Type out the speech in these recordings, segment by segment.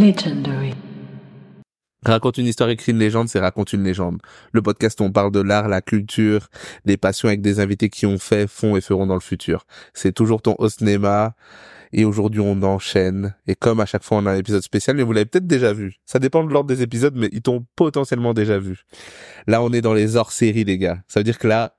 Legendary. Raconte une histoire, écrit une légende, c'est raconte une légende. Le podcast, où on parle de l'art, la culture, des passions avec des invités qui ont fait, font et feront dans le futur. C'est toujours ton host Nema. Et aujourd'hui, on enchaîne. Et comme à chaque fois, on a un épisode spécial, mais vous l'avez peut-être déjà vu. Ça dépend de l'ordre des épisodes, mais ils t'ont potentiellement déjà vu. Là, on est dans les hors-séries, les gars. Ça veut dire que là,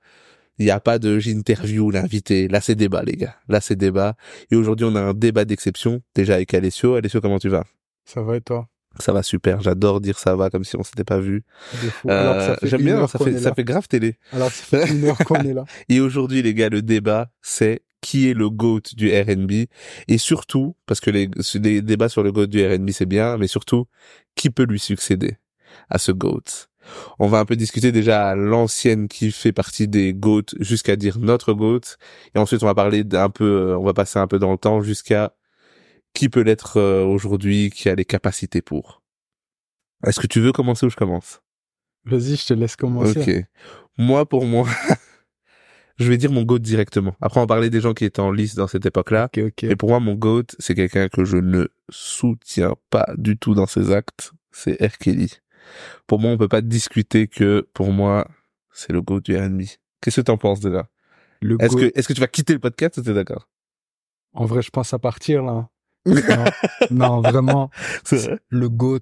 il n'y a pas de j'interview l'invité. Là, c'est débat, les gars. Là, c'est débat. Et aujourd'hui, on a un débat d'exception. Déjà avec Alessio. Alessio, comment tu vas? Ça va et toi Ça va super. J'adore dire ça va comme si on s'était pas vu. De fou. Alors que ça Euh, fait J'aime une bien, heure ça qu'on fait, est ça là. fait grave télé. Alors que ça fait une heure qu'on est là. Et aujourd'hui, les gars, le débat, c'est qui est le GOAT du R&B et surtout, parce que les, les débats sur le GOAT du R&B, c'est bien, mais surtout, qui peut lui succéder à ce GOAT On va un peu discuter déjà à l'ancienne qui fait partie des GOAT jusqu'à dire notre GOAT et ensuite on va parler d'un peu, euh, on va passer un peu dans le temps jusqu'à qui peut l'être euh, aujourd'hui, qui a les capacités pour. Est-ce que tu veux commencer ou je commence Vas-y, je te laisse commencer. Ok. Moi, pour moi, je vais dire mon GOAT directement. Après, on parlait des gens qui étaient en lice dans cette époque-là. Ok, ok. Et pour moi, mon GOAT, c'est quelqu'un que je ne soutiens pas du tout dans ses actes. C'est R. Kelly. Pour moi, on peut pas discuter que, pour moi, c'est le GOAT du R&B. Qu'est-ce que t'en penses de là? Le Est-ce go- que, est-ce que tu vas quitter le podcast ou t'es d'accord? En vrai, je pense à partir là. Non, non, vraiment, C'est le GOAT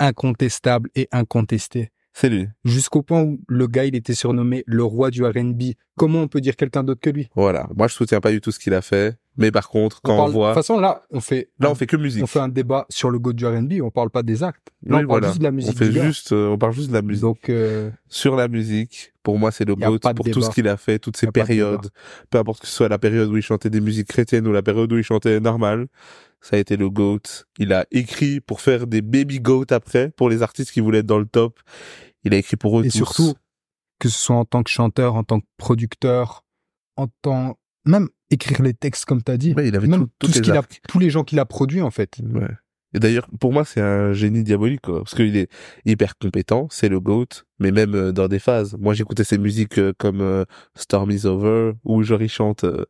incontestable et incontesté. lui. Jusqu'au point où le gars, il était surnommé le roi du R&B. Comment on peut dire quelqu'un d'autre que lui Voilà. Moi, je soutiens pas du tout ce qu'il a fait. Mais par contre, quand on, parle- De voit, toute façon, là, on fait, là, on fait que musique. on fait un débat sur le GOAT du R&B. On parle pas des actes. Là, Oui, on parle voilà. juste de la On musique fait du gars. juste, euh, on parle juste de la musique. Donc, euh, sur la musique, pour moi, c'est le Y a GOAT pas de pour tout ce débat. qu'il a fait, toutes Y ces a pas de périodes. Peu importe que ce soit la période où il chantait des musiques chrétiennes ou la période où il chantait normal, ça a été le GOAT. Il a écrit pour faire des baby GOAT après, pour les artistes qui voulaient être dans le top. Il a écrit pour eux et tous. surtout que ce soit en tant que chanteur, en tant que producteur, en tant même écrire les textes comme t'as dit, Ouais, il avait même tout, toutes ce les qu'il a, arcs. Euh, tous les gens qu'il a produits en fait. Ouais. Et d'ailleurs, pour moi, c'est un génie diabolique, quoi, parce qu'il est hyper compétent, c'est le GOAT, mais même euh, dans des phases. Moi, j'écoutais ses musiques euh, comme euh, Storm is Over, où genre il chante euh,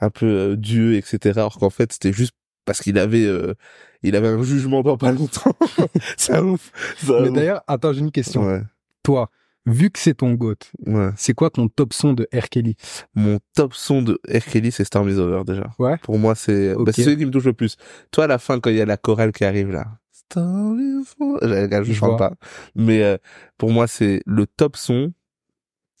un peu euh, Dieu, etc. Alors qu'en fait, c'était juste parce qu'il avait, euh, il avait un jugement dans pas longtemps. c'est un ouf. C'est un Mais ouf. d'ailleurs, attends, j'ai une question. ouais, Toi, vu que c'est ton goat, ouais. c'est quoi ton top son de R. Kelly Mon top son de R. Kelly, c'est Storm is Over, déjà. Ouais. Pour moi, c'est, Ok. bah, c'est celui qui me touche le plus. Toi, à la fin, quand il y a la chorale qui arrive, là. Storm is Over. Je, regarde, je Je chante vois. pas. Mais, euh, pour moi, c'est le top son.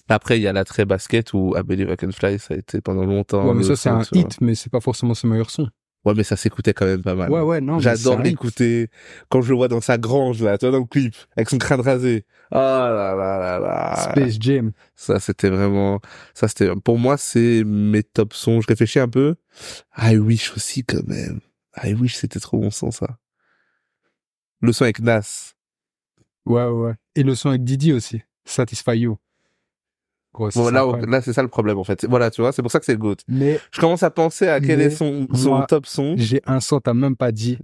Après, il y a la très basket où I Believe I Can Fly, ça a été pendant longtemps. Ouais, mais le ça c'est son, un tu vois. hit, mais c'est pas forcément son meilleur son. Ouais, mais ça s'écoutait quand même pas mal. Ouais, ouais, non. mais c'est Ah, J'adore un hit. l'écouter quand je le vois dans sa grange, là, tu vois, dans le clip, avec son crâne rasé. Ah là là là là. Space Jam. Ça, c'était vraiment, ça, c'était, pour moi, c'est mes top sons. Je réfléchis un peu. I Wish aussi, quand même. I Wish, c'était trop bon son, ça. Le son avec Nas. Ouais, ouais. ouais. Et le son avec Didi aussi. Satisfy You. Gros, c'est Bon, là, on- incroyable. là, c'est ça le problème, en fait. Voilà, tu vois, c'est pour ça que c'est le GOAT. Mais Je commence à penser à quel Mais est son, son moi, top son. j'ai un son, t'as même pas dit.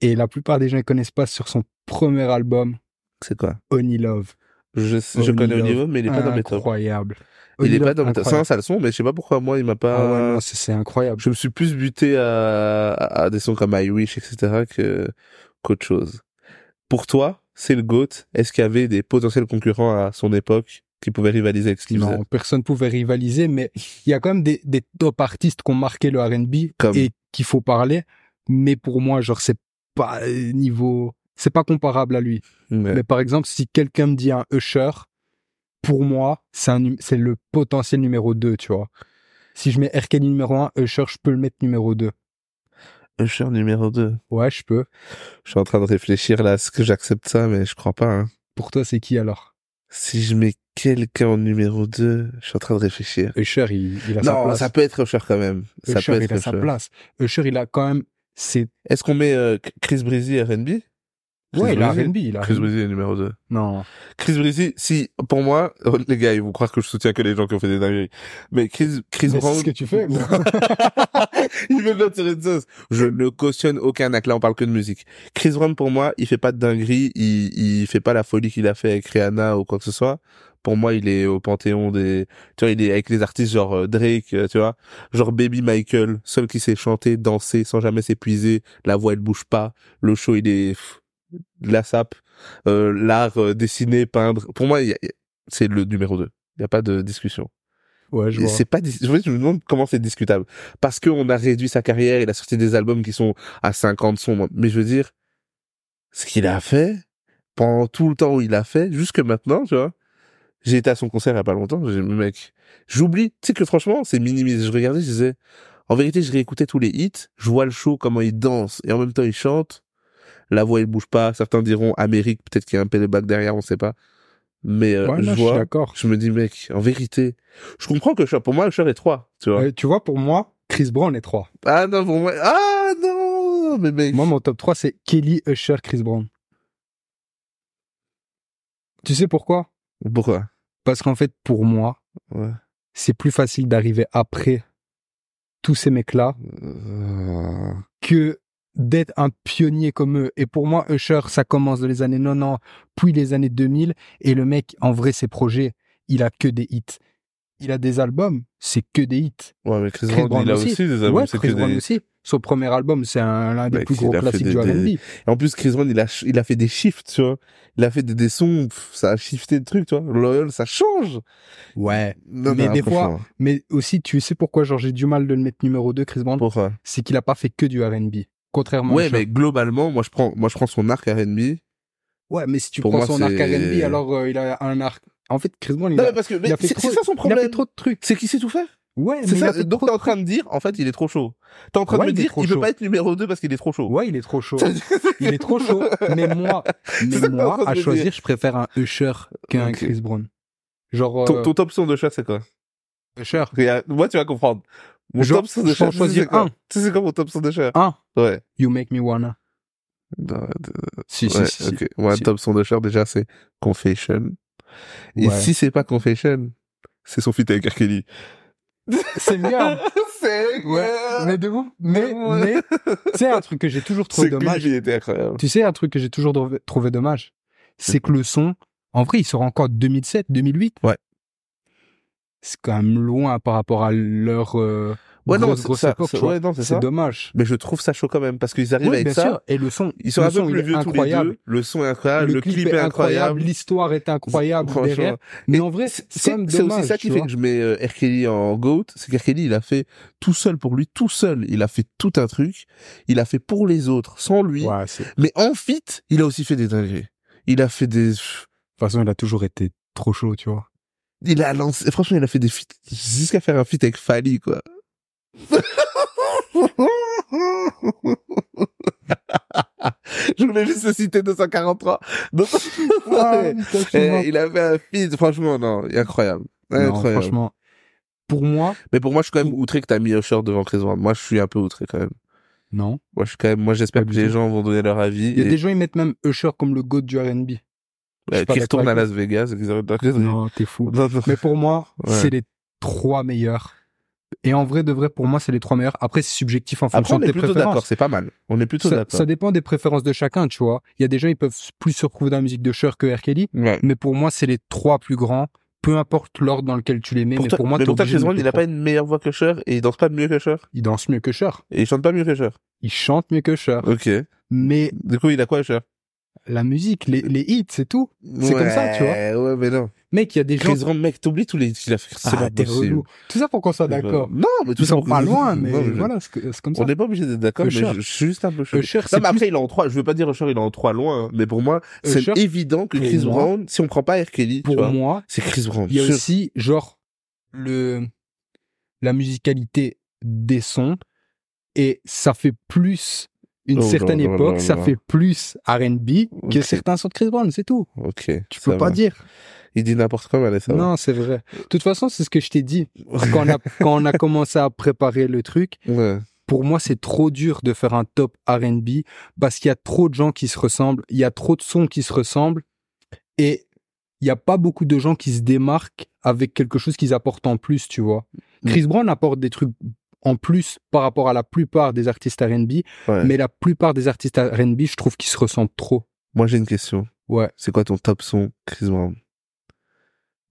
Et la plupart des gens ne connaissent pas sur son premier album, C'est quoi? Honey Love. Je, je Only connais au Love. niveau, mais il est pas dans mes tops. Incroyable. Il Honey est pas Love, dans mes tops. C'est un incroyable. sale son, mais je sais pas pourquoi, moi, il m'a Ah ouais, pas, non, c'est c'est incroyable. je me suis plus buté à, à à des sons comme I Wish, etc., que, qu'autre chose. Pour toi, c'est le GOAT. Est-ce qu'il y avait des potentiels concurrents à son époque qui pouvaient rivaliser avec ce qu'il faisait? Non, personne pouvait rivaliser, mais il y a quand même des, des top artistes qui ont marqué le R&B Comme. et qu'il faut parler. Mais pour moi, genre, c'est pas euh, niveau, c'est pas comparable à lui. Ouais. Mais par exemple, si quelqu'un me dit un Usher, pour moi, c'est un num- c'est le potentiel numéro 2, tu vois. Si je mets R. Kelly numéro 1, Usher, je peux le mettre numéro 2. Usher numéro 2. Ouais, je peux. Je suis en train de réfléchir là, est-ce que j'accepte ça, mais je crois pas, hein. Pour toi, c'est qui alors Si je mets quelqu'un en numéro 2, je suis en train de réfléchir. Usher, il, il a sa Non, place. ça peut être Usher quand même. Ça Usher, peut il être a sa Usher. place. Usher, il a quand même ses... Est-ce qu'on met euh, Chris Breezy R&B? Ouais, il a Breezy. R&B, il a Chris R&B. Breezy est numéro 2. Non. Chris Breezy, si, pour moi, oh, les gars, ils vont croire que je soutiens que les gens qui ont fait des dingueries. Mais Chris, Chris Mais Brown. c'est ce que tu fais. moi. il veut bien tirer de sauce. Je ne cautionne aucun acte. Là, on parle que de musique. Chris Brown, pour moi, il fait pas de dinguerie. Il, il fait pas la folie qu'il a fait avec Rihanna ou quoi que ce soit. Pour moi, il est au panthéon des, tu vois, il est avec les artistes genre euh, Drake, euh, tu vois, genre Baby Michael, seul qui sait chanter, danser sans jamais s'épuiser. La voix, elle bouge pas. Le show, il est pff, de la sape. Euh, L'art, euh, dessiner, peindre. Pour moi, il y a- il y a- c'est le numéro 2. Il n'y a pas de discussion. Ouais, je Et vois. C'est pas, dis- en fait, je me demande comment c'est discutable. Parce qu'on a réduit sa carrière, il a sorti des albums qui sont à 50 sons. Mais je veux dire, ce qu'il a fait, pendant tout le temps où il a fait, jusque maintenant, tu vois. J'ai été à son concert il y a pas longtemps, j'ai dit, Mais mec, j'oublie. Tu sais que franchement, c'est minimisé. Je regardais, je disais, en vérité, je réécoutais tous les hits, je vois le show, comment il danse, et en même temps, il chante. La voix, il bouge pas. Certains diront Amérique, peut-être qu'il y a un playback derrière, on sait pas. Mais euh, Ouais, non, je je suis vois, d'accord. je me dis, mec, en vérité, je comprends que Usher- pour moi, Usher est 3, tu vois. Euh, Tu vois, pour moi, Chris Brown est 3. Ah non, pour moi, ah non, mais mec. Moi, mon top 3, c'est Kelly, Usher, Chris Brown. Tu sais pourquoi Pourquoi Parce qu'en fait, pour moi, Ouais. c'est plus facile d'arriver après tous ces mecs-là Euh, que d'être un pionnier comme eux. Et pour moi, Usher, ça commence dans les années 90, puis les années 2000. Et le mec, en vrai, ses projets, il a que des hits. Il a des albums, c'est que des hits. Ouais, mais Chris, Chris Brown, Brown il a aussi. aussi, des albums, ouais, Ah c'est Chris que Brown des- aussi. Son premier album, c'est un- l'un des Mec, plus gros il a fait classiques des- du R&B. des- En plus, Chris Brown, il a, ch- il a fait des shifts, tu vois. Il a fait des, des sons, pff, ça a shifté de trucs, tu vois. Loyal, ça change. Ouais. Non, Mais non, des fois- franchement, Mais aussi, tu sais pourquoi genre, j'ai du mal de le mettre numéro 2, Chris Brown Pourquoi C'est qu'il a pas fait que du R&B. Contrairement à Ouais, Usher. mais globalement, moi, je prends, moi, je prends son arc R&B. Ouais, mais si tu Pour prends moi, son arc c'est- R&B, alors euh, il a un arc... En fait, Chris Brown, il Non, a, mais bah, parce que, mais il a fait c'est trop- c'est ça son il a problème. fait trop de trucs. C'est qu'il sait tout faire. Ouais, mais C'est il a ça. fait Donc, trop t'es de en train de dire, en fait, il est trop chaud. T'es en train Ouais, de il me est dire, trop il peut chaud. pas être numéro 2 parce qu'il est trop chaud. Ouais, il est trop chaud. il est trop chaud. Mais moi, C'est mais ça que t'es en train moi de à me dire. choisir, je préfère un Usher qu'un Ok. Chris Brown. Genre, Ton, euh, ton top son de chat, c'est quoi Usher, Parce qu'il y a- Moi, tu vas comprendre. Mon Genre, top son de je peux chat, en tu sais choisir c'est quoi un. Tu sais, c'est quoi mon top son de chat Un. Ouais. You Make Me Wanna. Non, de- Si, ouais, si, si. si. ok. Moi, Si. top son de chat, déjà, c'est Confession. Et Ouais. si c'est pas Confession, c'est son feat avec R. Kelly. C'est bien. c'est Ouais. Mais de vous, mais, mais, c'est un truc que j'ai toujours trouvé C'est dommage. dommage. il était incroyable. Tu sais, un truc que j'ai toujours drove- trouvé dommage, c'est que le son, en vrai, il sort encore 2007, 2008. Ouais. C'est quand même loin par rapport à leur euh, Ouais, non, grosse, c'est grosse ça. époque. c'est- tu vois. ouais, non, c'est C'est ça. dommage. Mais je trouve ça chaud quand même parce qu'ils arrivent Oui, avec bien ça. sûr. Et le son, Ils sont le un peu son, il plus est vieux tous incroyable. les deux. Le son est incroyable. Le, clip, est incroyable. l'histoire est incroyable Franchement. derrière. Mais en vrai, c'est quand même C'est c'est aussi dommage, ça qui tu fait vois. que je mets euh, R. Kelly en GOAT, c'est qu'R. Kelly, il a fait tout seul pour lui, tout seul. Il a fait tout un truc. Il a fait pour les autres, sans lui. Ouais, c'est- de Mais en fit, il a aussi fait des dingueries. Il a fait des... toute façon, il a toujours été trop chaud, tu vois. Il a lancé... Franchement, il a fait des feats jusqu'à faire un feat avec Fally, quoi. je voulais juste le citer 243. Donc- Ah, Ouais. Eh, il a fait un feat, franchement, non, incroyable. Non, incroyable. franchement, pour moi, Mais pour moi, je suis Mm. quand même outré que t'as mis Usher devant Chris Brown. Moi, je suis un peu outré quand même. non. Moi, je suis quand même. Moi, j'espère Pas que du les tout. gens vont donner leur avis. Il y a et- bah, des gens, ils mettent même Usher comme le GOAT du R&B. je euh, suis pas qui d'accord retournent à avec Las Vegas et qui arrêtent de Chris Brown. Non, t'es fou. Non, non. Mais pour moi, Ouais. c'est les trois meilleurs. Et en vrai, de vrai, pour moi, c'est les trois meilleurs. Après, c'est subjectif en Après, fonction on de est tes plutôt préférences. d'accord. C'est pas mal. On est plutôt ça, d'accord. ça dépend des préférences de chacun, tu vois. Il y a des gens, ils peuvent plus se retrouver dans la musique de Cher que R. Kelly, Ouais. mais pour moi, c'est les trois plus grands, peu importe l'ordre dans lequel tu les mets, Pour mais toi- pour moi, mais t'es pour toi, obligé Chris de Brown, mettre il a les pas une meilleure voix que Usher et il danse pas mieux que Usher trois. Il danse mieux que Cher, et il chante pas mieux que Usher. il chante mieux que Cher, Ok. mais Du coup, il a quoi Usher la musique, les, les hits, c'est tout. C'est comme ça, tu Ouais, Ouais, mais non. Mec, il y a des gens... Chris Brown, mec, t'oublies tous les. qu'il a fait. C'est Ah, pas t'es possible. relou. Tout ça pour qu'on soit d'accord. Non, mais tout Ils ça. sont pas loin, mais Non, je- voilà, c'est que- c'est comme ça. On n'est pas obligé d'être d'accord, mais Usher. je, je suis juste un peu choqué. Usher, Non, c'est mais plus... Euh, après, il est en 3. Je veux pas dire Usher, il est en 3 loin, hein, mais pour moi, c'est Usher, évident que pour Chris moi- Brown, si on prend pas R. Kelly, tu Pour vois, moi, c'est Chris Brown. Il y a Usher. aussi, genre, le, la musicalité des sons. Et ça fait plus, une Oh là certaine là époque, là ça là. fait plus R&B que Ok. certains sons de Chris Brown, c'est tout. Ok. Tu ça peux pas va. dire. Il dit n'importe quoi, mais allez, ça va. non, c'est vrai. De toute façon, c'est ce que je t'ai dit quand on, a, quand on a commencé à préparer le truc. Ouais. pour moi, c'est trop dur de faire un top R&B parce qu'il y a trop de gens qui se ressemblent, il y a trop de sons qui se ressemblent et il n'y a pas beaucoup de gens qui se démarquent avec quelque chose qu'ils apportent en plus, tu vois. Mm. Chris Brown apporte des trucs en plus par rapport à la plupart des artistes R&B, Ouais. mais la plupart des artistes R&B, je trouve qu'ils se ressemblent trop. Moi, j'ai une question. Ouais. C'est quoi ton top son, Chris Brown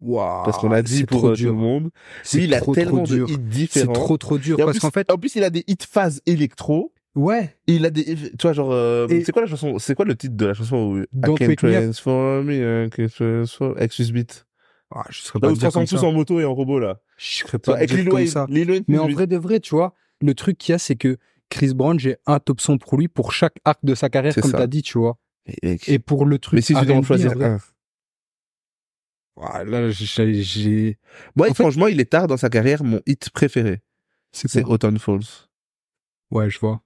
Parce qu'on a dit Ah, c'est pour trop euh, tout dur. le monde. C'est Lui, il a trop, tellement trop dur. de hits C'est différents. trop trop dur Et en parce plus- qu'en fait, en plus, il a des hits phase électro. ouais, Et il a des, tu vois, genre, euh, Et- c'est quoi la chanson, c'est quoi le titre de la chanson où I Don't can Wake Me Up. transform me, I can transform, Excuse Beat. ah, je serais Là pas où ils se dire transforment comme ça. tous en moto et en robot, là. Je serais Tu vois, pas avec dire Lil comme Wayne. ça. Lil Wayne, Mais en lui- vrai de vrai, tu vois, le truc qu'il y a, c'est que Chris Brown, j'ai un top son pour lui pour chaque arc de sa carrière, C'est comme ça. t'as dit, tu vois. Mais, mec, Et pour le truc. mais si tu dois en R&B, choisir en vrai- un. Ah, là, j'ai- j'ai. Moi, En fait- franchement, il est tard dans sa carrière, mon hit préféré, c'est C'est quoi Autumn Falls. Ouais, je vois.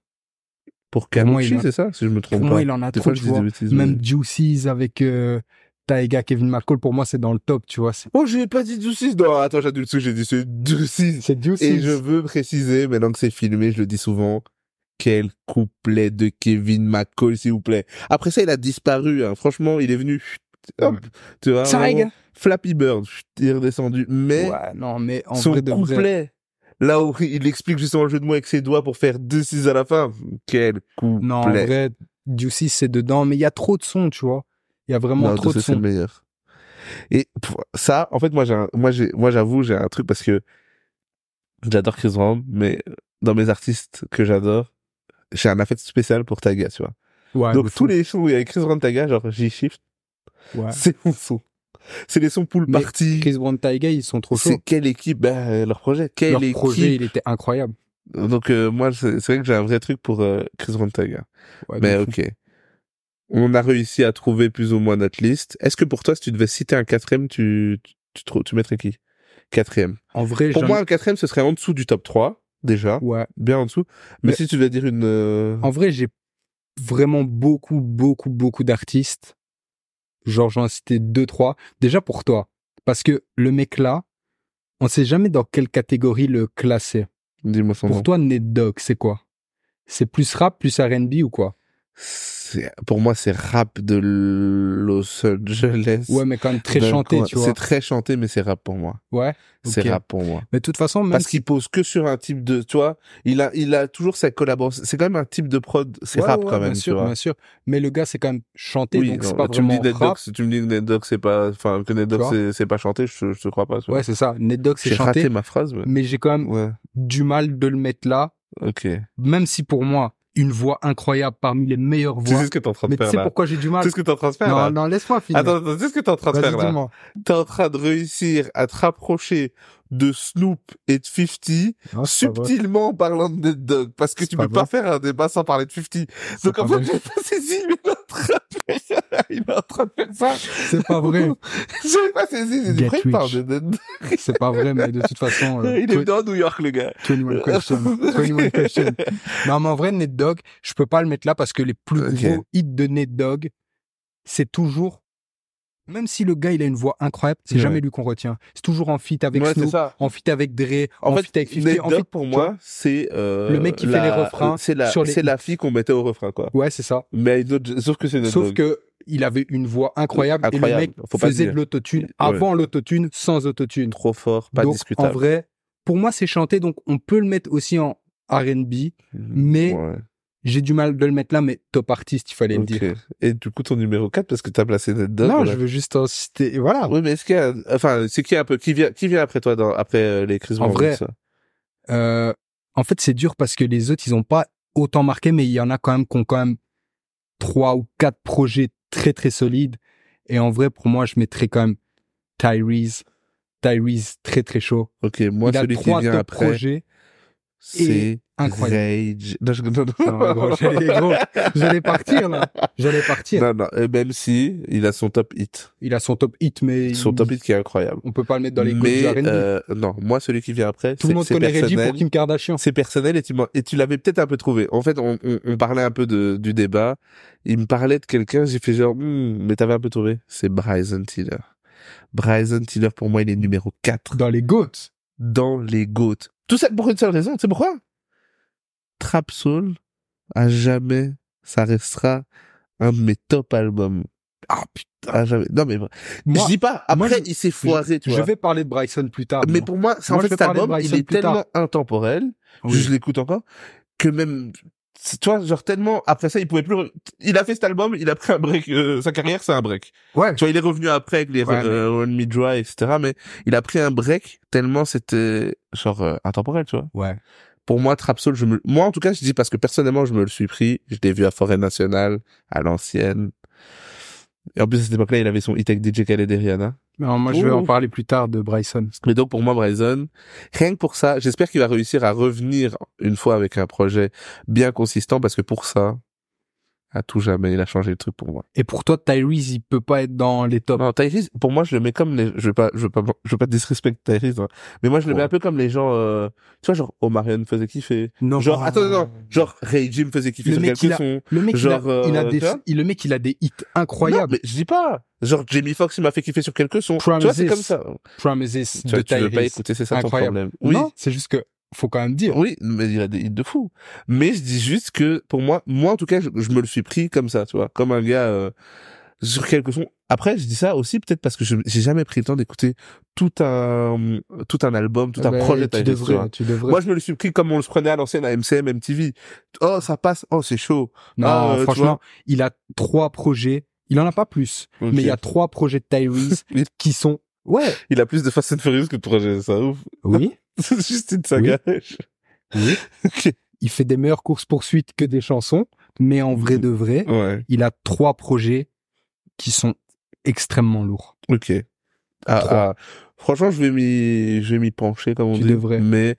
Pour moi, il Kamuchi, a- c'est ça, si je me Pour trompe moi, pas. il en a Des trop, fois, je tu dis des vois. bêtises. Même Juicy's avec euh, Taïga, Kevin McCall, pour moi, c'est dans le top, tu vois. C'est- Oh, j'ai pas dit 12-6. Non, attends, j'adulte ce que j'ai dit, c'est 12-6. C'est Et Juicy's. je veux préciser, maintenant que c'est filmé, je le dis souvent, quel couplet de Kevin McCall, s'il vous plaît. Après ça, il a disparu. hein. Franchement, il est venu. chut, hop, Ouais. Tu vois, Taïga. vraiment, Flappy Bird, chut, il est redescendu. Mais Ouais, non, mais en son vrai de vrai. couplet, là où il explique justement le jeu de mots avec ses doigts pour faire 2-6 à la fin, quel couplet. Non, en vrai, Juicy, c'est dedans, mais il y a trop de sons, tu vois. Il y a vraiment Non, trop de Dossé, c'est le sons. meilleur. Et pff, ça, en fait, moi, j'ai, un- moi, j'ai, moi, j'avoue, j'ai un truc parce que j'adore Chris Brown, mais dans mes artistes que j'adore, j'ai un affect spécial pour Taga, tu vois. Ouais, de Donc, fou. tous les sons où il y a Chris Brown Taga, genre, j'y shift, Ouais. c'est mon son. C'est les sons pool Mais party. Chris Brown, Taïga, ils sont trop C'est chauds. quelle équipe, bah, euh, leur projet, quelle Leur équipe. projet, il était incroyable. Donc, euh, moi, c'est, c'est vrai que j'ai un vrai truc pour euh, Chris Brown Taga. Ouais, Mais de fou. Ben, ok. On a réussi à trouver plus ou moins notre liste. Est-ce que pour toi, si tu devais citer un quatrième, tu, tu, tu, trou- tu mettrais qui Quatrième. En vrai, Pour j'en- moi, un quatrième, ce serait en dessous du top 3, déjà. ouais. Bien en dessous. Mais, Mais- si tu devais dire une... euh, En vrai, j'ai vraiment beaucoup, beaucoup, beaucoup d'artistes. Genre, j'en ai cité deux, trois. Déjà pour toi. Parce que le mec là, on sait jamais dans quelle catégorie le classer. Dis-moi son Pour nom. toi, Ned Dogg, c'est quoi? C'est plus rap, plus R&B ou quoi? C'est- Pour moi, c'est rap de Los Angeles. Ouais, mais quand même très D'un chanté, coin. tu vois. C'est très chanté, mais c'est rap pour moi. Ouais. ok. C'est rap pour moi. Mais de toute façon, même Parce si- qu'il pose que sur un type de... Tu vois, il a, il a toujours sa collaboration. C'est quand même un type de prod. C'est Ouais, rap ouais, quand même, bien tu sûr, vois. bien sûr. Mais le gars, c'est quand même chanté, donc non, c'est pas tu me vraiment dis Ned rap. Dogg, si tu me dis que Ned Dogg c'est pas, enfin que Ned Dogg vois c'est, c'est pas chanté, je, je te crois pas. tu vois. Ouais, c'est ça. Ned Dogg, c'est J'ai raté chanté. Mm. ma phrase, mais Mais j'ai quand même ouais, du mal de le mettre là. ok. Tu même si pour moi, une voix incroyable parmi les meilleures voix. sais ce que t'es en train de Mais tu faire sais là. pourquoi j'ai du Tu mal sais ce que t'es en train de faire Non, là. non, laisse-moi finir. Attends, attends, tu sais ce que t'es en train de Vas-y, faire là. dis-moi. T'es en train de réussir à te rapprocher de Snoop et de 50 subtilement en parlant de Ned Dogg parce que C'est tu pas peux pas faire un débat sans parler de 50. Donc en fait, j'ai pas saisi, mais il est en train de faire, il est en train de faire ça. c'est pas vrai. J'ai pas saisi, j'ai dit, Get pourquoi il parle de rich. Ned Dogg? C'est pas vrai, mais de toute façon, euh, Il est venu à New York, le gars. 21 questions. 21 questions. Non, mais en vrai, Ned Dogg, je peux pas le mettre là parce que les plus Ok. gros hits de Ned Dogg, c'est toujours, même si le gars, il a une voix incroyable, c'est Ouais. jamais lui qu'on retient. C'est toujours en feat avec Ouais, c'est Snoop, ça. en feat avec Dre, en, En fait, feat avec 50, Ned en Dogg, feat- pour tu moi, c'est euh, Le mec qui fait la- les refrains C'est la, sur les c'est la fille qu'on mettait au refrain, quoi. vois. Ouais, c'est ça. Mais une autre- sauf que c'est Ned Sauf Dogg. que il avait une voix incroyable, Incroyable, et le mec faut pas le faisait dire. de l'autotune Ouais. avant l'autotune, sans autotune. trop fort, pas donc discutable. en vrai, pour moi c'est chanté, donc on peut le mettre aussi en R&B. mais Ouais, J'ai du mal de le mettre là, mais top artiste, il fallait ok. le dire. Et du coup, ton numéro 4, parce que t'as placé Ned Dogg. Non, voilà. je veux juste en citer. et Voilà. Oui, mais est-ce qu'il y a, enfin, c'est qui un peu, qui vient, qui vient après toi dans, après euh, les crises En vrai, Euh, en fait, c'est dur parce que les autres, ils ont pas autant marqué, mais il y en a quand même qui ont quand même trois ou quatre projets très très solides. Et en vrai, pour moi, je mettrais quand même Tyrese. Tyrese, très très chaud. Ok, moi, il a celui qui trois vient top après, projets. c'est Incroyable. Rage. Non, je- non, non. Non, gros, j'allais, gros, j'allais partir là. J'allais partir. Non, non, euh, même si il a son top hit. Il a son top hit, mais Son il- top hit qui est incroyable. on peut pas le mettre dans les mais, goûts du R&B. euh, non, moi, celui qui vient après, Tout le c'est- monde c'est connaît Reggie personnel. pour Kim Kardashian. C'est personnel et tu, m'as- et tu l'avais peut-être un peu trouvé. En fait, on, on, on parlait un peu de, du débat. Il me parlait de quelqu'un, j'ai fait genre, Hmm, mais t'avais un peu trouvé. C'est Bryson Tiller. Bryson Tiller, pour moi, il est numéro 4 Dans les goats. dans les GOAT. Tout ça pour une seule raison, tu sais pourquoi Trap Soul, à jamais, ça restera un de mes top albums. Ah putain. À jamais. Non, mais Moi, je dis pas, après, moi, je- il s'est foiré, tu je vois. vais parler de Bryson plus tard. Mais bon. pour moi, c'est en Moi, je fait, vais cet parler de album, il Bryson est plus tard. tellement intemporel, Oui. je l'écoute encore, que même, c'est- tu vois, genre tellement, après ça, il pouvait plus, re- il a fait cet album, il a pris un break, euh, sa carrière, c'est un break. Ouais. Tu vois, il est revenu après avec les Ouais, mais- euh, Run Me Dry, etc., mais il a pris un break tellement c'était, genre, euh, intemporel, tu vois Ouais. pour moi, Trap Soul, je me, moi, en tout cas, je dis parce que personnellement, je me le suis pris. Je l'ai vu à Forêt Nationale, à l'ancienne. Et en plus, à cette époque-là, il avait son hit avec DJ Khaled et Rihanna. Non, moi, je vais Ouh. en parler plus tard de Bryson. Mais donc, pour moi, Bryson, rien que pour ça, j'espère qu'il va réussir à revenir une fois avec un projet bien consistant parce que pour ça, à tout jamais, il a changé le truc pour moi. Et pour toi, Tyrese, il peut pas être dans les tops. Non, Tyrese, pour moi, je le mets comme les, je veux pas, je veux pas, je veux pas disrespecter Tyrese, hein. mais moi, je le mets Ouais. un peu comme les gens, euh, tu vois, genre, Omarion faisait kiffer. Non. Genre, attends, non, non, genre, Ray Jim faisait kiffer Le sur mec, quelques il a- sons. Le mec, il a- Genre, euh, il a, tu des, vois il- le mec, il a des hits Non, incroyables. mais je dis pas. Genre, Jamie Foxx, il m'a fait kiffer sur quelques sons. Promises. Tu vois, c'est comme ça. Promises Tu, vois, de tu veux pas Tyrese. écouter, c'est ça Incroyable. ton problème. Oui. Non, c'est juste que faut quand même dire. Oui, mais il a des hits de fou. Mais je dis juste que, pour moi, moi, en tout cas, je, je me le suis pris comme ça, tu vois. Comme un gars, euh, sur quelques sons. Après, je dis ça aussi peut-être parce que je, j'ai jamais pris le temps d'écouter tout un, tout un album, tout Ah un ben, projet de tu Tyrese, tu vois. devrais, tu devrais. Moi, je me le suis pris comme on le prenait à l'ancienne à MCM, MTV. Oh, ça passe. Oh, c'est chaud. non, Ah, euh, tu franchement, vois. il a trois projets. Il en a pas plus, Ok. mais il y a trois projets de Tyrese Il- qui sont. Ouais. Il a plus de Fast and Furious que de projet, ça ouf. Oui. C'est juste une saga. Oui. Ok. Il fait des meilleures courses poursuites que des chansons, mais en vrai de vrai, Ouais. il a trois projets qui sont extrêmement lourds. Ok. Ah, Trois. ah. Franchement, je vais m'y, je vais m'y pencher comme on Tu dit. devrais. Mais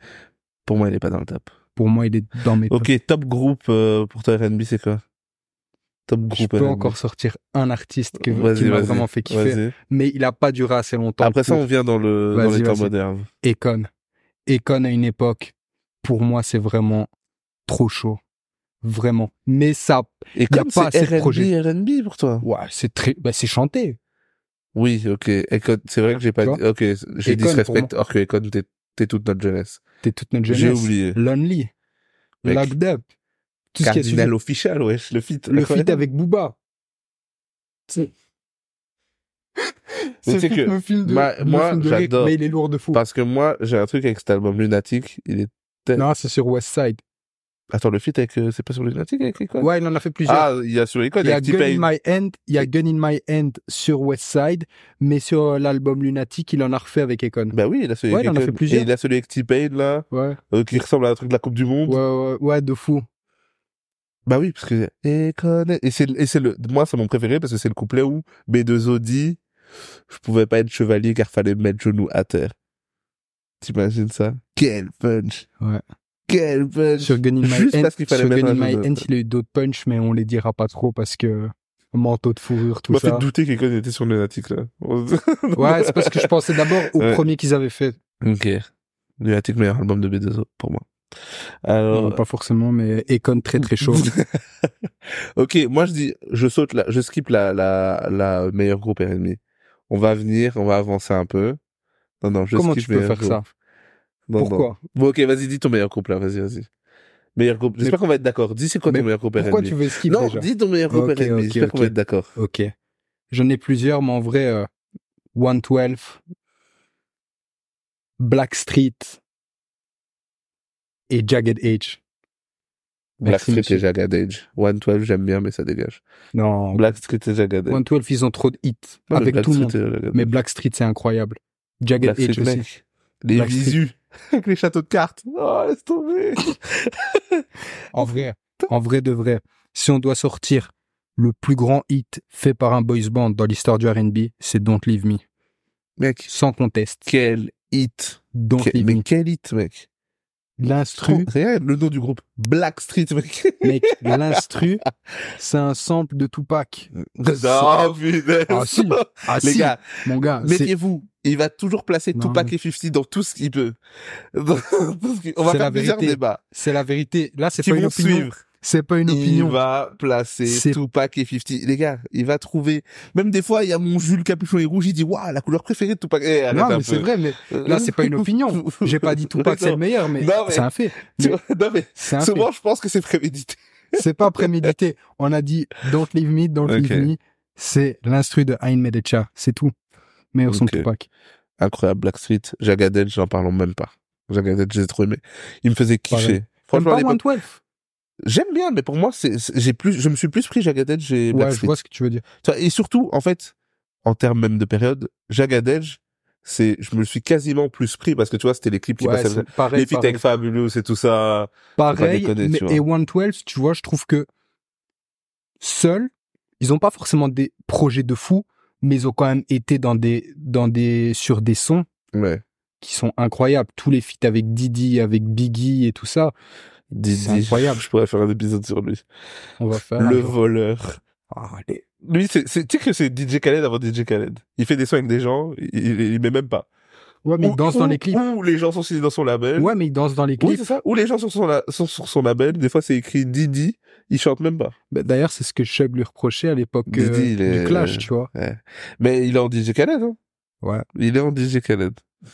pour moi, il est pas dans le top. Pour moi, il est dans mes. Ok, top groupe euh, pour toi R&B, c'est quoi Top Je groupe. peux R&B. encore sortir un artiste que- Vas-y, qui m'a vas-y, vraiment fait kiffer. Vas-y. mais il a pas duré assez longtemps. Après ça, pour on vient dans le dans Vas-y, les temps vas-y. modernes. Econ. Econ à une époque, pour moi, c'est vraiment trop chaud. Vraiment. Mais ça, Et Y a comme pas assez c'est de projets. R&B, R&B pour toi. ouais, c'est très, bah, c'est chanté. Oui, ok. Econ, c'est vrai que j'ai pas. Ah, Tu dit- Ok, j'ai Econ, pour disrespect. Or que Econ, t'es t'es toute notre jeunesse. T'es toute notre J'ai jeunesse. oublié. Lonely. Mec. Locked Up. Tout ce qui est Cardinal official, wesh, le feat. le Incroyable. feat avec Booba. C'est Mais tu sais que me filme de, ma- me moi, filme de rire, j'adore. mais il est lourd de fou. Parce que moi, j'ai un truc avec cet album lunatique. Il est. Non, c'est sur West Side. Attends, le feat avec. euh, c'est pas sur lunatique avec Econ. Ouais, il en a fait plusieurs. Ah, il y a sur Econ, Il y a Gun T-Pain. in My Hand, il y a Gun in My Hand sur West Side, mais sur euh, l'album Lunatic, il en a refait avec Econ. Bah oui, il a celui Ouais, avec il en a Econ. fait plusieurs. Et il a celui avec T-Pain, là, Ouais. euh, qui ressemble à un truc de la Coupe du ouais, Monde. ouais, ouais, de fou. Bah oui, parce que Econ. Et c'est, et c'est le, moi, c'est mon préféré parce que c'est le couplet où B2O dit, je pouvais pas être chevalier car fallait me mettre genou à terre. T'imagines ça? Quel punch! Ouais. Quel punch! Sur Gun in My Juste Hand, parce qu'il fallait sur mettre Gun in un My jeu de- Hand, il a eu d'autres punch, mais on les dira pas trop parce que manteau de fourrure, Tu tout m'as fait ça. douter qu'Econ était sur lunatique, là. Ouais, c'est parce que je pensais d'abord au Ouais. premier qu'ils avaient fait. Ok. Lunatic, meilleur album de B2O, pour moi. Non, Alors. pas forcément, mais Econ très très chaud. ok, moi je dis, je saute là, je skip la, la, la meilleure groupe R&B. On va venir, on va avancer un peu. Non, non, je Comment skip tu peux meilleur faire groupe. ça Non, non. Pourquoi Bon, ok, vas-y, dis ton meilleur groupe là, vas-y, vas-y. Meilleur groupe, j'espère qu'on va être d'accord. Dis c'est quoi Mais ton meilleur groupe R&B. Pourquoi tu veux skip Non, déjà dis ton meilleur groupe Ok, R&B, ok, j'espère qu'on ok. Oh, va être d'accord. Ok. J'en ai plusieurs, mais en vrai, euh, 112, Blackstreet et Jagged Edge. Merci, Blackstreet monsieur. et Jagged Edge. 112, j'aime bien, mais ça dégage. Non, Blackstreet et Jagged Edge. 112, ils ont trop de hits Non, mais avec tout le monde. Blackstreet et Jagged Edge. Mais Blackstreet, c'est incroyable. Jagged Blackstreet, Edge aussi. mec. Les Blackstreet. visus. Avec les châteaux de cartes. Oh, laisse tomber. En vrai, en vrai de vrai, si on doit sortir le plus grand hit fait par un boys band dans l'histoire du R&B, c'est Don't Leave Me. mec, Sans conteste. quel hit. Don't Que- Leave mais Me. quel hit, mec L'instru, Trop- Rien, le nom du groupe. Black Street, mec. mec, l'instru, c'est un sample de Tupac. Non, putain. Ah, si. Ah Les si, gars, mon gars, c'est méfiez-vous. Il va toujours placer Non, Tupac mais- et 50 dans tout ce qu'il peut. Dans tout ce qu'il- On va C'est la faire plusieurs vérité. débats c'est la vérité. Là, c'est qui pas une vont opinion. suivre. C'est pas une opinion. Il va placer C'est- Tupac et 50. Les gars, il va trouver. Même des fois, il y a mon Jules Capuchon et Rouge, il dit, waouh, la couleur préférée de Tupac. Eh, arrête Non, un mais c'est peu. vrai, mais là, c'est pas une opinion. J'ai pas dit tout pas que c'est le Non. meilleur, mais, Non, mais- c'est un fait. Tu vois, Non, mais C'est un fait. souvent, je pense que c'est prémédité. C'est pas prémédité. On a dit Don't Leave Me, Don't Ok. Leave Me. C'est l'instru de Ayn Medecha. C'est tout. Meilleur son Ok. que Tupac. Incroyable, Blackstreet. Jagadel, j'en parlons même pas. Jagadel, j'ai trop aimé. Il me faisait kiffer. T'aimes Franchement, à pas l'époque, 112 j'aime bien, mais pour moi, c'est, c'est- j'ai plus, je me suis plus pris Jagadel, j'ai Ouais, je Blackstreet. vois ce que tu veux dire. Tu vois, Et surtout, en fait, en termes même de période, Jagadej, c'est, je me le suis quasiment plus pris parce que tu vois, c'était les clips qui Ouais, passaient. c'est pareil, Les feats avec Fabulous et tout ça. pareil, Faut pas déconner, mais, tu vois. et 112, tu vois, je trouve que seuls, ils ont pas forcément des projets de fou, mais ils ont quand même été dans des, dans des, sur des sons Ouais. qui sont incroyables. Tous les feats avec Didi, avec Biggie et tout ça, Didi, incroyable. Je pourrais faire un épisode sur lui. on va faire. Le voleur. Ah, les- Lui, c'est, c'est- tu sais que c'est DJ Khaled avant DJ Khaled. Il fait des sons avec des gens, il, il, il met même pas. Ouais, mais Ou- ils dansent dans ou- les clips. Ou les gens sont signés dans son label. Ouais, mais ils dansent dans les Oui, clips. c'est ça. Ou les gens sont sur, la- sont sur son label. Des fois, c'est écrit Didi. Il chante même pas. Bah, D'ailleurs, c'est ce que Shug lui reprochait à l'époque euh, Didi, il est- du clash, tu vois, Mais il est en DJ Khaled, hein. Ouais. Il est en DJ Khaled.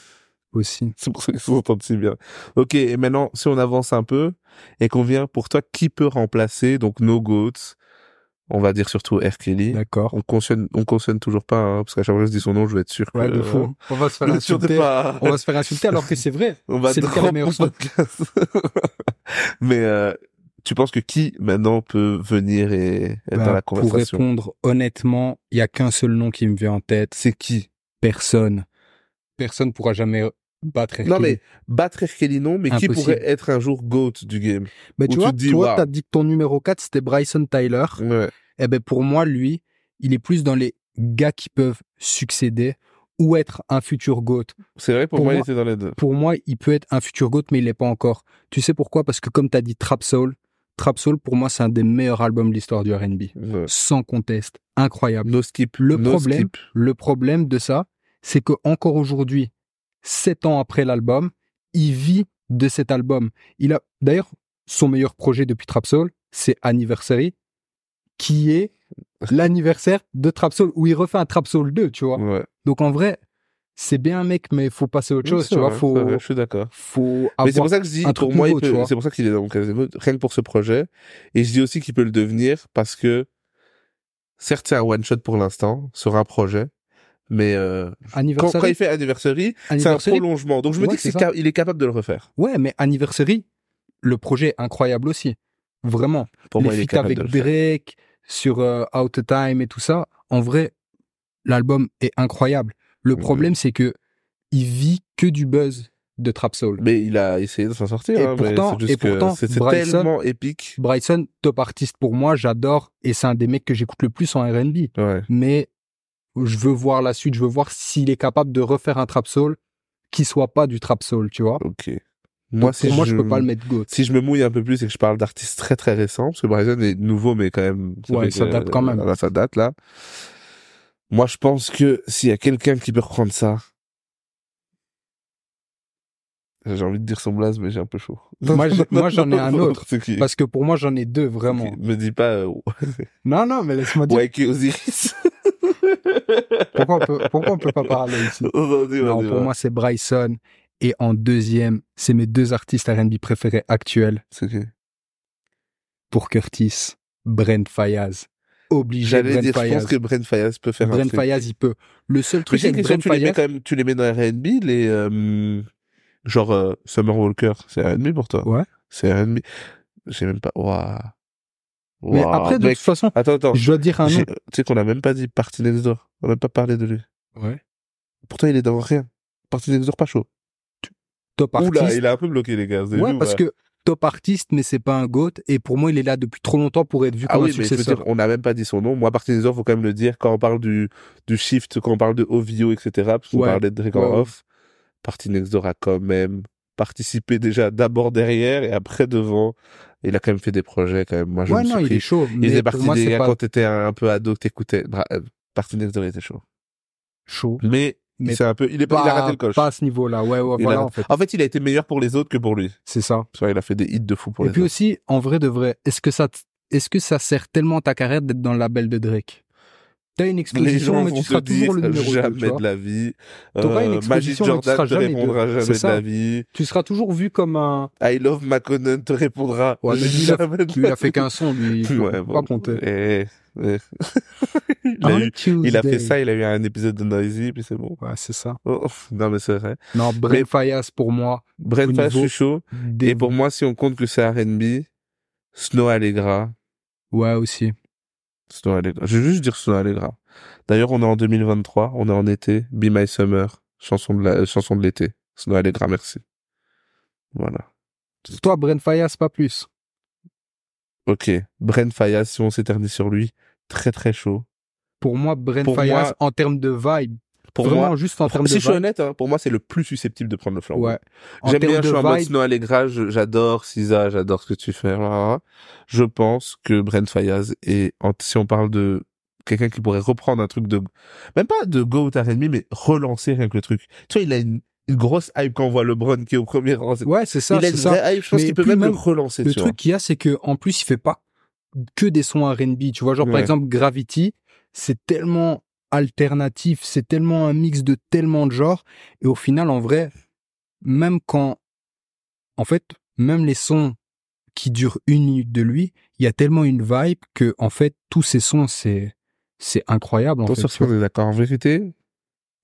aussi. C'est pour ça qu'ils s'entendent si bien. Ok, et maintenant, si on avance un peu et qu'on vient pour toi, qui peut remplacer donc No Goats On va dire surtout R. Kelly. D'accord. On cautionne, on cautionne toujours pas, hein, parce qu'à chaque fois que je dis son nom, je vais être sûr que. Ouais, de euh, fou. On va se je faire vais être sûr de insulter. pas. On va se faire insulter alors que c'est vrai. On va c'est le cas des drop meilleurs mon sons. podcast. Mais euh, tu penses que qui maintenant peut venir et être dans Bah, la pour conversation répondre honnêtement, il y a qu'un seul nom qui me vient en tête. C'est qui Personne. Personne pourra jamais battre R. Non Kelly. mais battre R. Kelly non, mais qui Impossible. pourrait être un jour GOAT du game Bah, où tu tu vois, te dis, toi, waouh. t'as dit que ton numéro 4, c'était Bryson Tyler. Ouais. Eh ben, pour moi, lui, il est plus dans les gars qui peuvent succéder ou être un futur GOAT. C'est vrai, pour, Pour moi, il moi- était dans les deux. pour moi, il peut être un futur GOAT, mais il l'est pas encore. Tu sais pourquoi Parce que comme tu as dit Trap Soul, Trap Soul, pour moi, c'est un des meilleurs albums de l'histoire du R&B. Ouais. Sans conteste. Incroyable. No skip. Le No problème, skip. Le problème de ça, c'est que encore aujourd'hui, sept ans après l'album, il vit de cet album. Il a D'ailleurs, son meilleur projet depuis Trap Soul, c'est Anniversary, qui est l'anniversaire de Trap Soul, où il refait un Trap Soul 2, tu vois. Ouais. Donc en vrai, c'est bien un mec, mais faut passer à autre chose, C'est tu vois. vrai, Faut, c'est vrai, je suis d'accord. faut Mais c'est avoir pour ça que je dis, un truc pour moi, il nouveau, tu peut- vois. c'est pour ça qu'il est dans mon casino, rien que pour ce projet. Et je dis aussi qu'il peut le devenir parce que, certes, c'est un one shot pour l'instant sur un projet, mais euh, quand, anniversaire. quand il fait anniversary, c'est un Anniversary. prolongement. Donc je me Ouais, dis c'est qu'il ça. est capable de le refaire. Ouais, mais Anniversary, le projet est incroyable aussi. Vraiment. Pour Les moi, il est feats capable avec de le faire. Drake, sur euh, Out of Time et tout ça, en vrai, l'album est incroyable. Le Mhm. problème, c'est que il vit que du buzz de Trap Soul. Mais il a essayé de s'en sortir. Et hein, mais pourtant- c'est juste et que pourtant, c'est c'est Bryson- tellement épique. Bryson, top artiste pour moi, j'adore, et c'est un des mecs que j'écoute le plus en R&B. Ouais. Mais je veux voir la suite, je veux voir s'il est capable de refaire un Trap Soul qui soit pas du Trap Soul, tu vois. Ok. Donc, pour moi, je peux pas le mettre GOAT. Si je me mouille un peu plus et que je parle d'artistes très très récents, parce que Bryson est nouveau, mais quand même. Ouais, fait ça que, date quand même. voilà, ça date là. Moi, je pense que s'il y a quelqu'un qui peut reprendre ça. J'ai envie de dire son blase, mais j'ai un peu chaud. Moi, j'ai- moi, j'en ai un autre, C'est qui Parce que pour moi, j'en ai deux, vraiment. qui- Me dis pas euh, Non, non, mais laisse-moi dire. Wacky Osiris. Pourquoi on peut, pourquoi on peut pas parler ici Aujourd'hui, on Non, y pour va. moi, c'est Bryson. Et en deuxième, c'est mes deux artistes R&B préférés actuels C'est qui pour Curtis, Brent Fayaz. Obligé J'allais Brent dire, je Fayaz. pense que Brent Fayaz peut faire un Brent truc. Fayaz, il peut. Le seul Mais truc c'est une avec question, Brent tu les mets Fayaz, quand même, tu les mets dans R&B, les, euh, genre, euh, Summer Walker, c'est R&B pour toi? Ouais. C'est R&B. J'ai même pas, waouh. mais Waouh, après, de mec. toute façon, Attends, attends. je dois dire un J'ai- euh, nom. Tu sais qu'on a même pas dit Party Next Door. On n'a pas parlé de lui. Ouais. Pourtant, il est dans rien. Party Next Door, pas chaud. Top Oula, artiste. il a un peu bloqué, les gars. vous avez Ouais, vu, parce ouais. que top artiste, mais c'est pas un GOAT. Et pour moi, il est là depuis trop longtemps pour être vu Ah comme un oui, mais je veux successeur. dire, on n'a même pas dit son nom. Moi, Party Next Door, faut quand même le dire. Quand on parle du, du shift, quand on parle de OVO, etc., parce qu'on Ouais. parlait de Drake en Ouais, ouais. off, Party Next Door a quand même participé déjà d'abord derrière et après devant. Il a quand même fait des projets, quand même. Moi, je Ouais, me suis non, il pris- est chaud. Il faisait Mais pour partie moi, des c'est gars pas quand t'étais un peu ado, que t'écoutais. Bra- euh, Party Next Door était chaud. chaud. Mais mais C'est un peu, il est pas, il a raté le coche. pas à ce niveau-là. Ouais, ouais, Il voilà, a- en fait. En fait, il a été meilleur pour les autres que pour lui. C'est ça. C'est vrai, il a fait des hits de fou pour Et les puis autres. aussi, en vrai de vrai, est-ce que ça, t- est-ce que ça sert tellement ta carrière d'être dans le label de Drake T'as une les exposition, gens mais vont tu te seras toujours dire le numéro deux, tu, jamais vois. de la vie. T'auras une Euh, Magic exposition, mais tu Jordan seras te jamais répondra deux. jamais C'est de ça. la vie. Tu seras toujours vu comme un. I love Maconnen te répondra Ouais, mais lui, il a- jamais de Lui, il la a fait vie. qu'un son, lui. il faut Ouais, pas bon. compter. Eh, eh. il, a eu- il a fait ça, il a eu un épisode de Noisy, puis c'est bon. Ouais, c'est ça. Oh, non, mais c'est vrai. Non, Brent Fayas, pour moi, Brent Fass, je niveau suis chaud. des... Et pour moi, si on compte que c'est R&B, Snow Allegra. ouais aussi. Snow Allegra. Je vais juste dire Snow Allegra. D'ailleurs, on est en 2023, on est en été. Be My Summer, chanson de la, euh, chanson de l'été. Snow Allegra, merci. Voilà. Toi, Brent Fayas, pas plus. Ok. Brent Fayas, si on s'éternise sur lui, très très chaud. Pour moi, Brent Pour Fayas, moi- en termes de vibe, Pour vraiment moi, juste en termes de si je suis vibe. honnête, hein, pour moi, c'est le plus susceptible de prendre le flambeau. Ouais. En J'aime termes bien, je suis en de mode vibe, Snow Allegra, je- j'adore Sisa, j'adore ce que tu fais. là, là, là. Je pense que Brent Fayaz est, en- si on parle de quelqu'un qui pourrait reprendre un truc de, même pas de go ou ennemi, mais relancer rien que le truc. Tu vois, il a une, une grosse hype quand on voit LeBron qui est au premier rang. c'est- ouais, c'est ça, il a c'est une ça. vraie hype, je pense Mais qu'il peut puis même, le même, relancer, Le tu truc qu'il y a, c'est que en plus, il fait pas que des sons R&B. Tu vois, genre par Ouais. exemple Gravity, c'est tellement alternatif, c'est tellement un mix de tellement de genres. Et au final, en vrai, même quand, en fait, même les sons qui durent une minute de lui, il y a tellement une vibe que, en fait, tous ces sons, c'est c'est incroyable. En vois. fait, Sur tu ce qu'on vois. est d'accord. En vérité,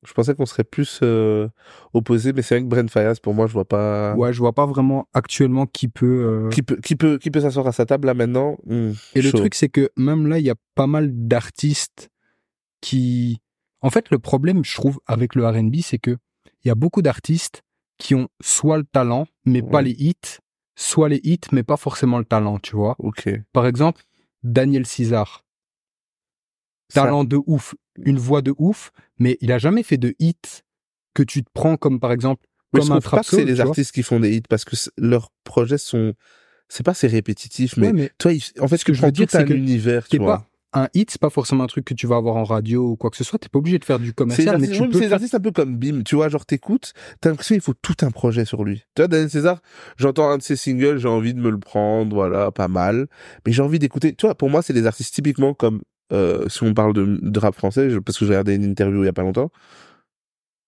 je pensais qu'on serait plus, euh, opposés, mais c'est vrai que Brent Fayaz, pour moi, je vois pas. Ouais, je vois pas vraiment actuellement qui peut. euh, Qui peut, qui peut, qui peut s'asseoir à sa table là maintenant? Hmm, Et le chaud. truc, c'est que même là, il y a pas mal d'artistes qui... En fait, le problème, je trouve, avec le RB, c'est que il y a beaucoup d'artistes qui ont soit le talent, mais pas Ouais. les hits, soit les hits, mais pas forcément le talent, tu vois. Ok. Par exemple, Daniel César, Ça- talent de ouf, une voix de ouf, mais il a jamais fait de hits que tu te prends comme, par exemple, Mais comme je un trouve pas trap que c'est soul, les tu vois. artistes qui font des hits parce que c- leurs projets sont c'est pas c'est répétitif mais Ouais, mais toi ils- en fait Ce que que je je prends veux dire, tout un c'est que univers t'es tu vois pas un hit, c'est pas forcément un truc que tu vas avoir en radio ou quoi que ce soit. T'es pas obligé de faire du c'est des commercial, mais artistes, tu oui, mais peux c'est des faire- artistes un peu comme Bim tu vois genre t'écoutes t'as l'impression qu'il faut tout un projet sur lui tu vois Daniel César j'entends un de ses singles j'ai envie de me le prendre voilà pas mal mais j'ai envie d'écouter tu vois pour moi c'est des artistes typiquement comme euh, si on parle de, de rap français je- parce que j'ai regardé une interview il y a pas longtemps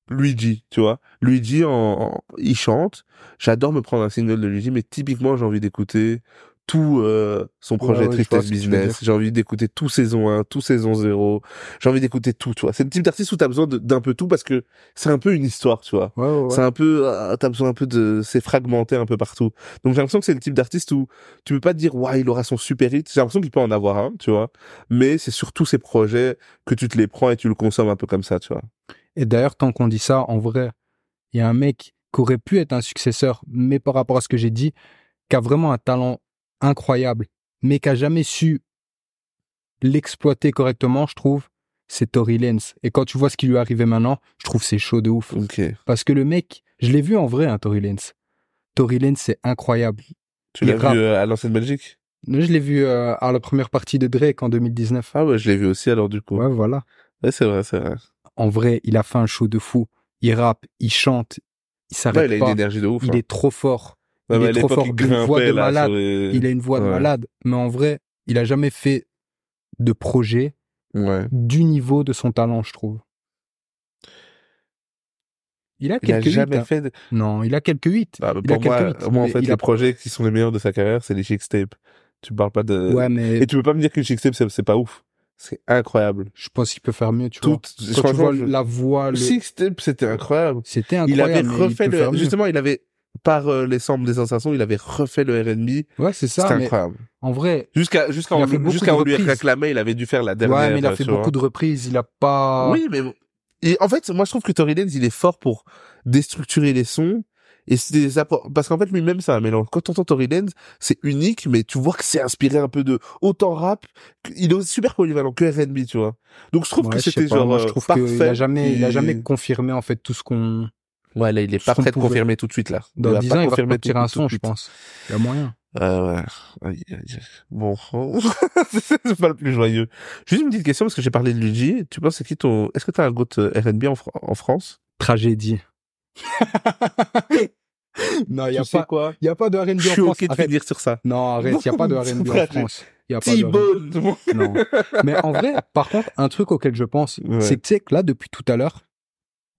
Luigi, tu vois. Luigi, en, en- il chante. J'adore me prendre un single de Luigi, mais typiquement, j'ai envie d'écouter tout euh, son projet ouais, je vois Tristesse ce que tu veux Business. dire. J'ai envie d'écouter tout saison 1, tout saison 0. J'ai envie d'écouter tout, tu vois. C'est le type d'artiste où t'as besoin de- d'un peu tout parce que c'est un peu une histoire, tu vois. Ouais, ouais, ouais. C'est un peu, euh, t'as besoin un peu de, c'est fragmenté un peu partout. Donc j'ai l'impression que c'est le type d'artiste où tu peux pas te dire, ouais, il aura son super hit. J'ai l'impression qu'il peut en avoir un, tu vois. Mais c'est surtout ces projets que tu te les prends et tu le consommes un peu comme ça, tu vois. Et d'ailleurs, tant qu'on dit ça, en vrai, il y a un mec qui aurait pu être un successeur, mais par rapport à ce que j'ai dit, qui a vraiment un talent incroyable, mais qui a jamais su l'exploiter correctement, je trouve, c'est Tory Lenz. Et quand tu vois ce qui lui est arrivé maintenant, je trouve c'est chaud de ouf. Ok. Parce que le mec, je l'ai vu en vrai, hein, Tory Lenz. Tory Lenz, c'est incroyable. Tu Il l'as rappe. vu euh, à l'ancienne Belgique Je l'ai vu euh, à la première partie de Drake en 2019. Ah ouais, je l'ai vu aussi alors du coup. Ouais, Ouais, voilà. c'est vrai, c'est vrai. En vrai, il a fait un show de fou. Il rappe, il chante, il Ouais, s'arrête il a une pas. énergie de ouf. Il hein. est trop fort. Ouais, il mais est à trop l'époque, fort, il d'une voix de grimpait, là, malade. sur les- Il a une voix de Ouais. malade, mais en vrai, il a jamais fait de projet Ouais. du niveau de son talent, je trouve. Il Il a a quelques jamais hits, hein. fait. De... Non, non, il a quelques hits. Bah, Il a pour moi, quelques hits, moi en mais fait, il les a- projets qui sont les meilleurs de sa carrière, c'est les Chicks Tape. Tu parles pas de. Ouais, mais Euh, Et tu peux pas me dire que les Chicks Tape, c'est c'est pas ouf. C'est incroyable. je pense qu'il peut faire mieux, tu vois. Tout. Quand tu Franchement, vois je- la voix, le- Six Tape, c'était incroyable. c'était Il incroyable. avait mais il refait peut le. faire mieux. Justement, il avait par euh, les samples des sensations, il avait refait le R&B. Ouais, c'est C'était ça. Mais incroyable. en vrai, Jusqu'à jusqu'à Il a on fait lui- beaucoup jusqu'à de on lui reprises. réclamer, il avait dû faire la dernière. ouais, mais il a euh, fait tu vois. beaucoup de reprises. Il a pas. Oui, mais bon. Et en fait, moi, je trouve que Tory Lanez, il est fort pour déstructurer les sons. Et c'est des apports, parce qu'en fait, lui-même, c'est un mélange. Quand t'entends Tory Lanez, c'est unique, mais tu vois que c'est inspiré un peu de autant rap. que- Il est super polyvalent que R&B, tu vois. Donc, je trouve Ouais, que je sais c'était pas, genre, moi, je euh, trouve parfait. qu'il a jamais, il a Et- jamais confirmé en fait tout ce qu'on. Ouais, là, il est ce pas qu'on prêt de pouvait. confirmer tout de suite, là. Dans va 10 pas ans, il va confirmer sortir tout- un tout de son, je suite. pense. Il y a moyen. Euh, ouais. Aïe, aïe. Bon, c'est pas le plus joyeux. Juste une petite question parce que j'ai parlé de Luigi. Tu penses c'est qui ton Est-ce que t'as un euh, goût R&B en, Fran- en France Tragédie. non, il n'y a, Tu sais pas- quoi Euh, y a pas de R&B Je suis en France. ok de Arrête. Ah, finir sur ça. Non, arrête, il n'y a pas de R&B en Tragédie. France. Y a pas de T-Bone. R&B. Non. Mais en vrai, par contre, un truc auquel je pense, Ouais. c'est que tu sais que là, depuis tout à l'heure,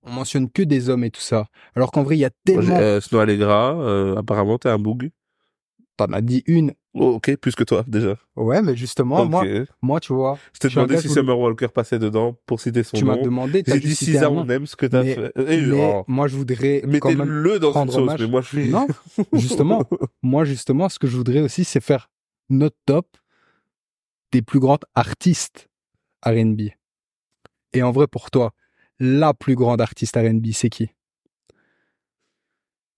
on mentionne que des hommes et tout ça. Alors qu'en vrai, il y a tellement... Euh, Snow Allegra. euh, apparemment, t'es un boug. T'en as dit une. Oh, ok, plus que toi déjà. Ouais, mais justement, ok. moi, moi, tu vois, je t'ai je suis un demandé gars si voulu. Summer Walker passait dedans pour citer son tu m'as nom. demandé... t'as J'ai dit juste cité un César, nom. on aime ce que t'as Mais- fait. Eh, Mais oh. moi, je voudrais quand même... Mettez-le dans une rendre sauce, hommage. mais moi je suis. Non, justement, moi, justement, ce que je voudrais aussi, c'est faire notre top des plus grandes artistes RB. Et en vrai, pour toi, la plus grande artiste RB, c'est qui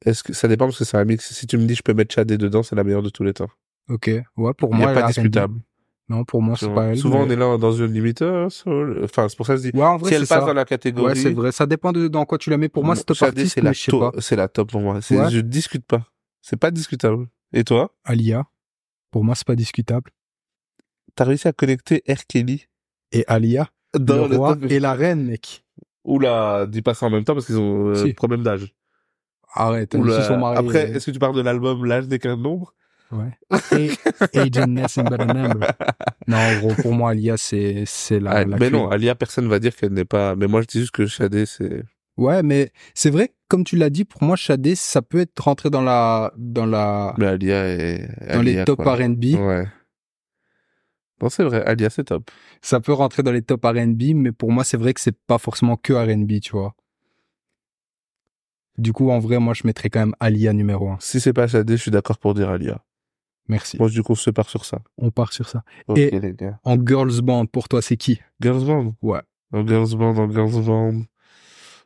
Est-ce que ça dépend parce que c'est un mix. Si tu me dis je peux mettre Chadé dedans, c'est la meilleure de tous les temps. Ok, ouais, pour Il n'y moi, a pas la discutable. R&B. Non, pour moi, c'est Souvent, pas elle. souvent, on mais- est là dans une limite. euh, soul. Enfin, c'est pour ça que je dis. Ouais, en vrai, si c'est elle passe ça. dans la catégorie. Ouais, c'est vrai. Ça dépend de dans quoi tu la mets. Pour moi, bon, c'est top Sade, artiste, c'est la, mais je sais pas. to- c'est la top pour moi. C'est- Ouais. Je discute pas. C'est pas discutable. Et toi, Alia, pour moi, c'est pas discutable. t'as réussi à connecter R. Kelly Et Alia, dans le le, roi top. et la reine, mec. Oula, dis pas ça en même temps parce qu'ils ont euh, Si. problème d'âge. Arrête, ils Oula. se sont mariés. Après, est-ce que tu parles de l'album L'âge n'est qu'un nombre Ouais. Et- Agent Nelson but a number. Non, en gros, pour moi, Alia, c'est, c'est la, Ah, la mais clé. non, Alia, personne va dire qu'elle n'est pas. Mais moi, je dis juste que Shadé, c'est. Ouais, mais c'est vrai, comme tu l'as dit, pour moi, Shadé, ça peut être rentré dans la, dans la, Mais Alia est. Ah. dans les top R&B. Ouais. Non, c'est vrai. Alia, c'est top. Ça peut rentrer dans les top R&B, mais pour moi, c'est vrai que c'est pas forcément que R&B, tu vois. Du coup, en vrai, moi, je mettrais quand même Alia numéro un. Si c'est pas Shadé, je suis d'accord pour dire Alia. Merci. Moi, du coup, on se part sur ça. On part sur ça. Ok, Et- les gars. En girls band, pour toi, c'est qui Girls Band. Ouais. En Girls Band, en Girls Band.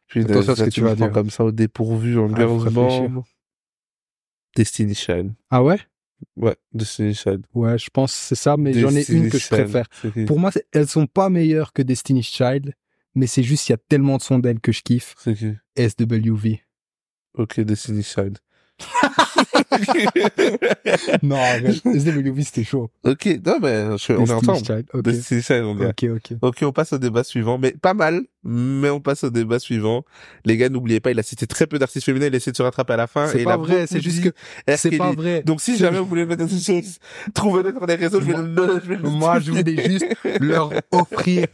Puis, Attention à ce ça, que tu vas me prends dire. comme ça au dépourvu en Ah, faut Girls réfléchir. Band. Destiny Child. Ah ouais Ouais, Destiny Child. Ouais, je pense que c'est ça, mais j'en ai une Destiny's que je Child. préfère. C'est qui Pour moi, c'est- elles sont pas meilleures que Destiny's Child, mais c'est juste qu'il y a tellement de sons d'elles que je kiffe. C'est qui SWV. Ok, Destiny Child. Non, arrête. SWV, c'était chaud. ok, non, mais je- on est Destiny's ensemble. Child, ok. Destiny Child, on est Ok, ok. Ok, on passe au débat suivant, mais pas mal, mais on passe au débat suivant. Les gars, n'oubliez pas, il a cité très peu d'artistes féminins, il a essayé de se rattraper à la fin. et C'est il a pas vrai, beaucoup c'est juste dit que R. c'est pas Kelly. vrai. Donc si jamais vous voulez mettre des choses, trouvez-le sur les réseaux, je vais le, je vais le Moi, je voulais juste leur offrir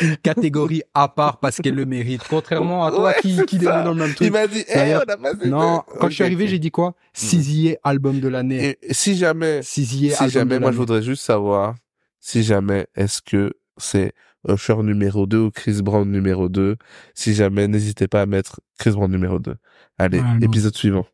une catégorie à part parce qu'elles le méritent. Contrairement à toi Ouais, qui, qui c'est déroule ça. dans le même Il truc. m'a dit, eh, D'ailleurs, on a pas Non, quand je suis arrivé, j'ai dit quoi Sixième album de l'année. Mm. Et si eh, jamais, Sixième si album jamais, de moi, je l'année. voudrais juste savoir, si jamais, est-ce que c'est Usher numéro 2 ou Chris Brown numéro 2? Si jamais, n'hésitez pas à mettre Chris Brown numéro 2. Allez, Ah, non. épisode suivant.